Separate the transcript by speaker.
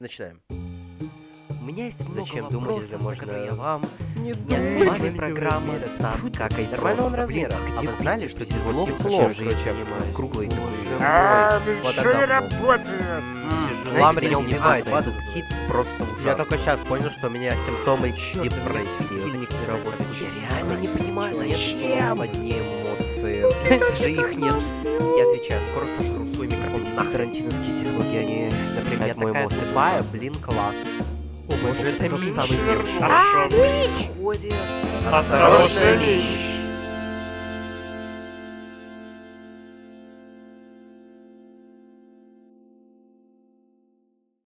Speaker 1: Начинаем.
Speaker 2: У меня есть много
Speaker 1: Зачем думать,
Speaker 2: вопросов,
Speaker 1: если
Speaker 2: на
Speaker 1: можно-
Speaker 2: которые я вам...
Speaker 3: Не
Speaker 2: Я с
Speaker 3: думаю.
Speaker 2: вами программа Стас как и
Speaker 1: Нормального он
Speaker 2: просто». Блин,
Speaker 1: размера.
Speaker 2: а
Speaker 1: А
Speaker 2: где
Speaker 1: вы знали,
Speaker 2: купить
Speaker 1: что
Speaker 2: эти
Speaker 1: тяжело
Speaker 2: лохи?
Speaker 1: хлоп,
Speaker 2: Вообще, я
Speaker 1: короче,
Speaker 2: не понимаю.
Speaker 1: в круглой
Speaker 2: Боже мой.
Speaker 1: такой- А,
Speaker 2: Вододан.
Speaker 3: работает?
Speaker 2: Ламри
Speaker 1: Знаете, меня
Speaker 2: не
Speaker 1: убивает
Speaker 2: бывает,
Speaker 1: этот
Speaker 2: это
Speaker 1: хитс просто ужасно. Я только сейчас понял, что у меня симптомы
Speaker 2: Чёрт, у меня светильник
Speaker 1: депрессии.
Speaker 2: не работает. Я реально не понимаю,
Speaker 1: зачем?
Speaker 2: зачем одни эмоции. Как же их нет? Я отвечаю, скоро сожру свой микрофон. Эти тарантиновские технологии, они
Speaker 1: Я
Speaker 2: напрягают мой
Speaker 1: такая
Speaker 2: мозг. Это
Speaker 1: тупая,
Speaker 2: ужасно.
Speaker 1: блин, класс.
Speaker 2: О, боже, это
Speaker 1: Тот
Speaker 2: Мич.
Speaker 1: самый девушка.
Speaker 2: А, Мич!
Speaker 1: Осторожно, Мич!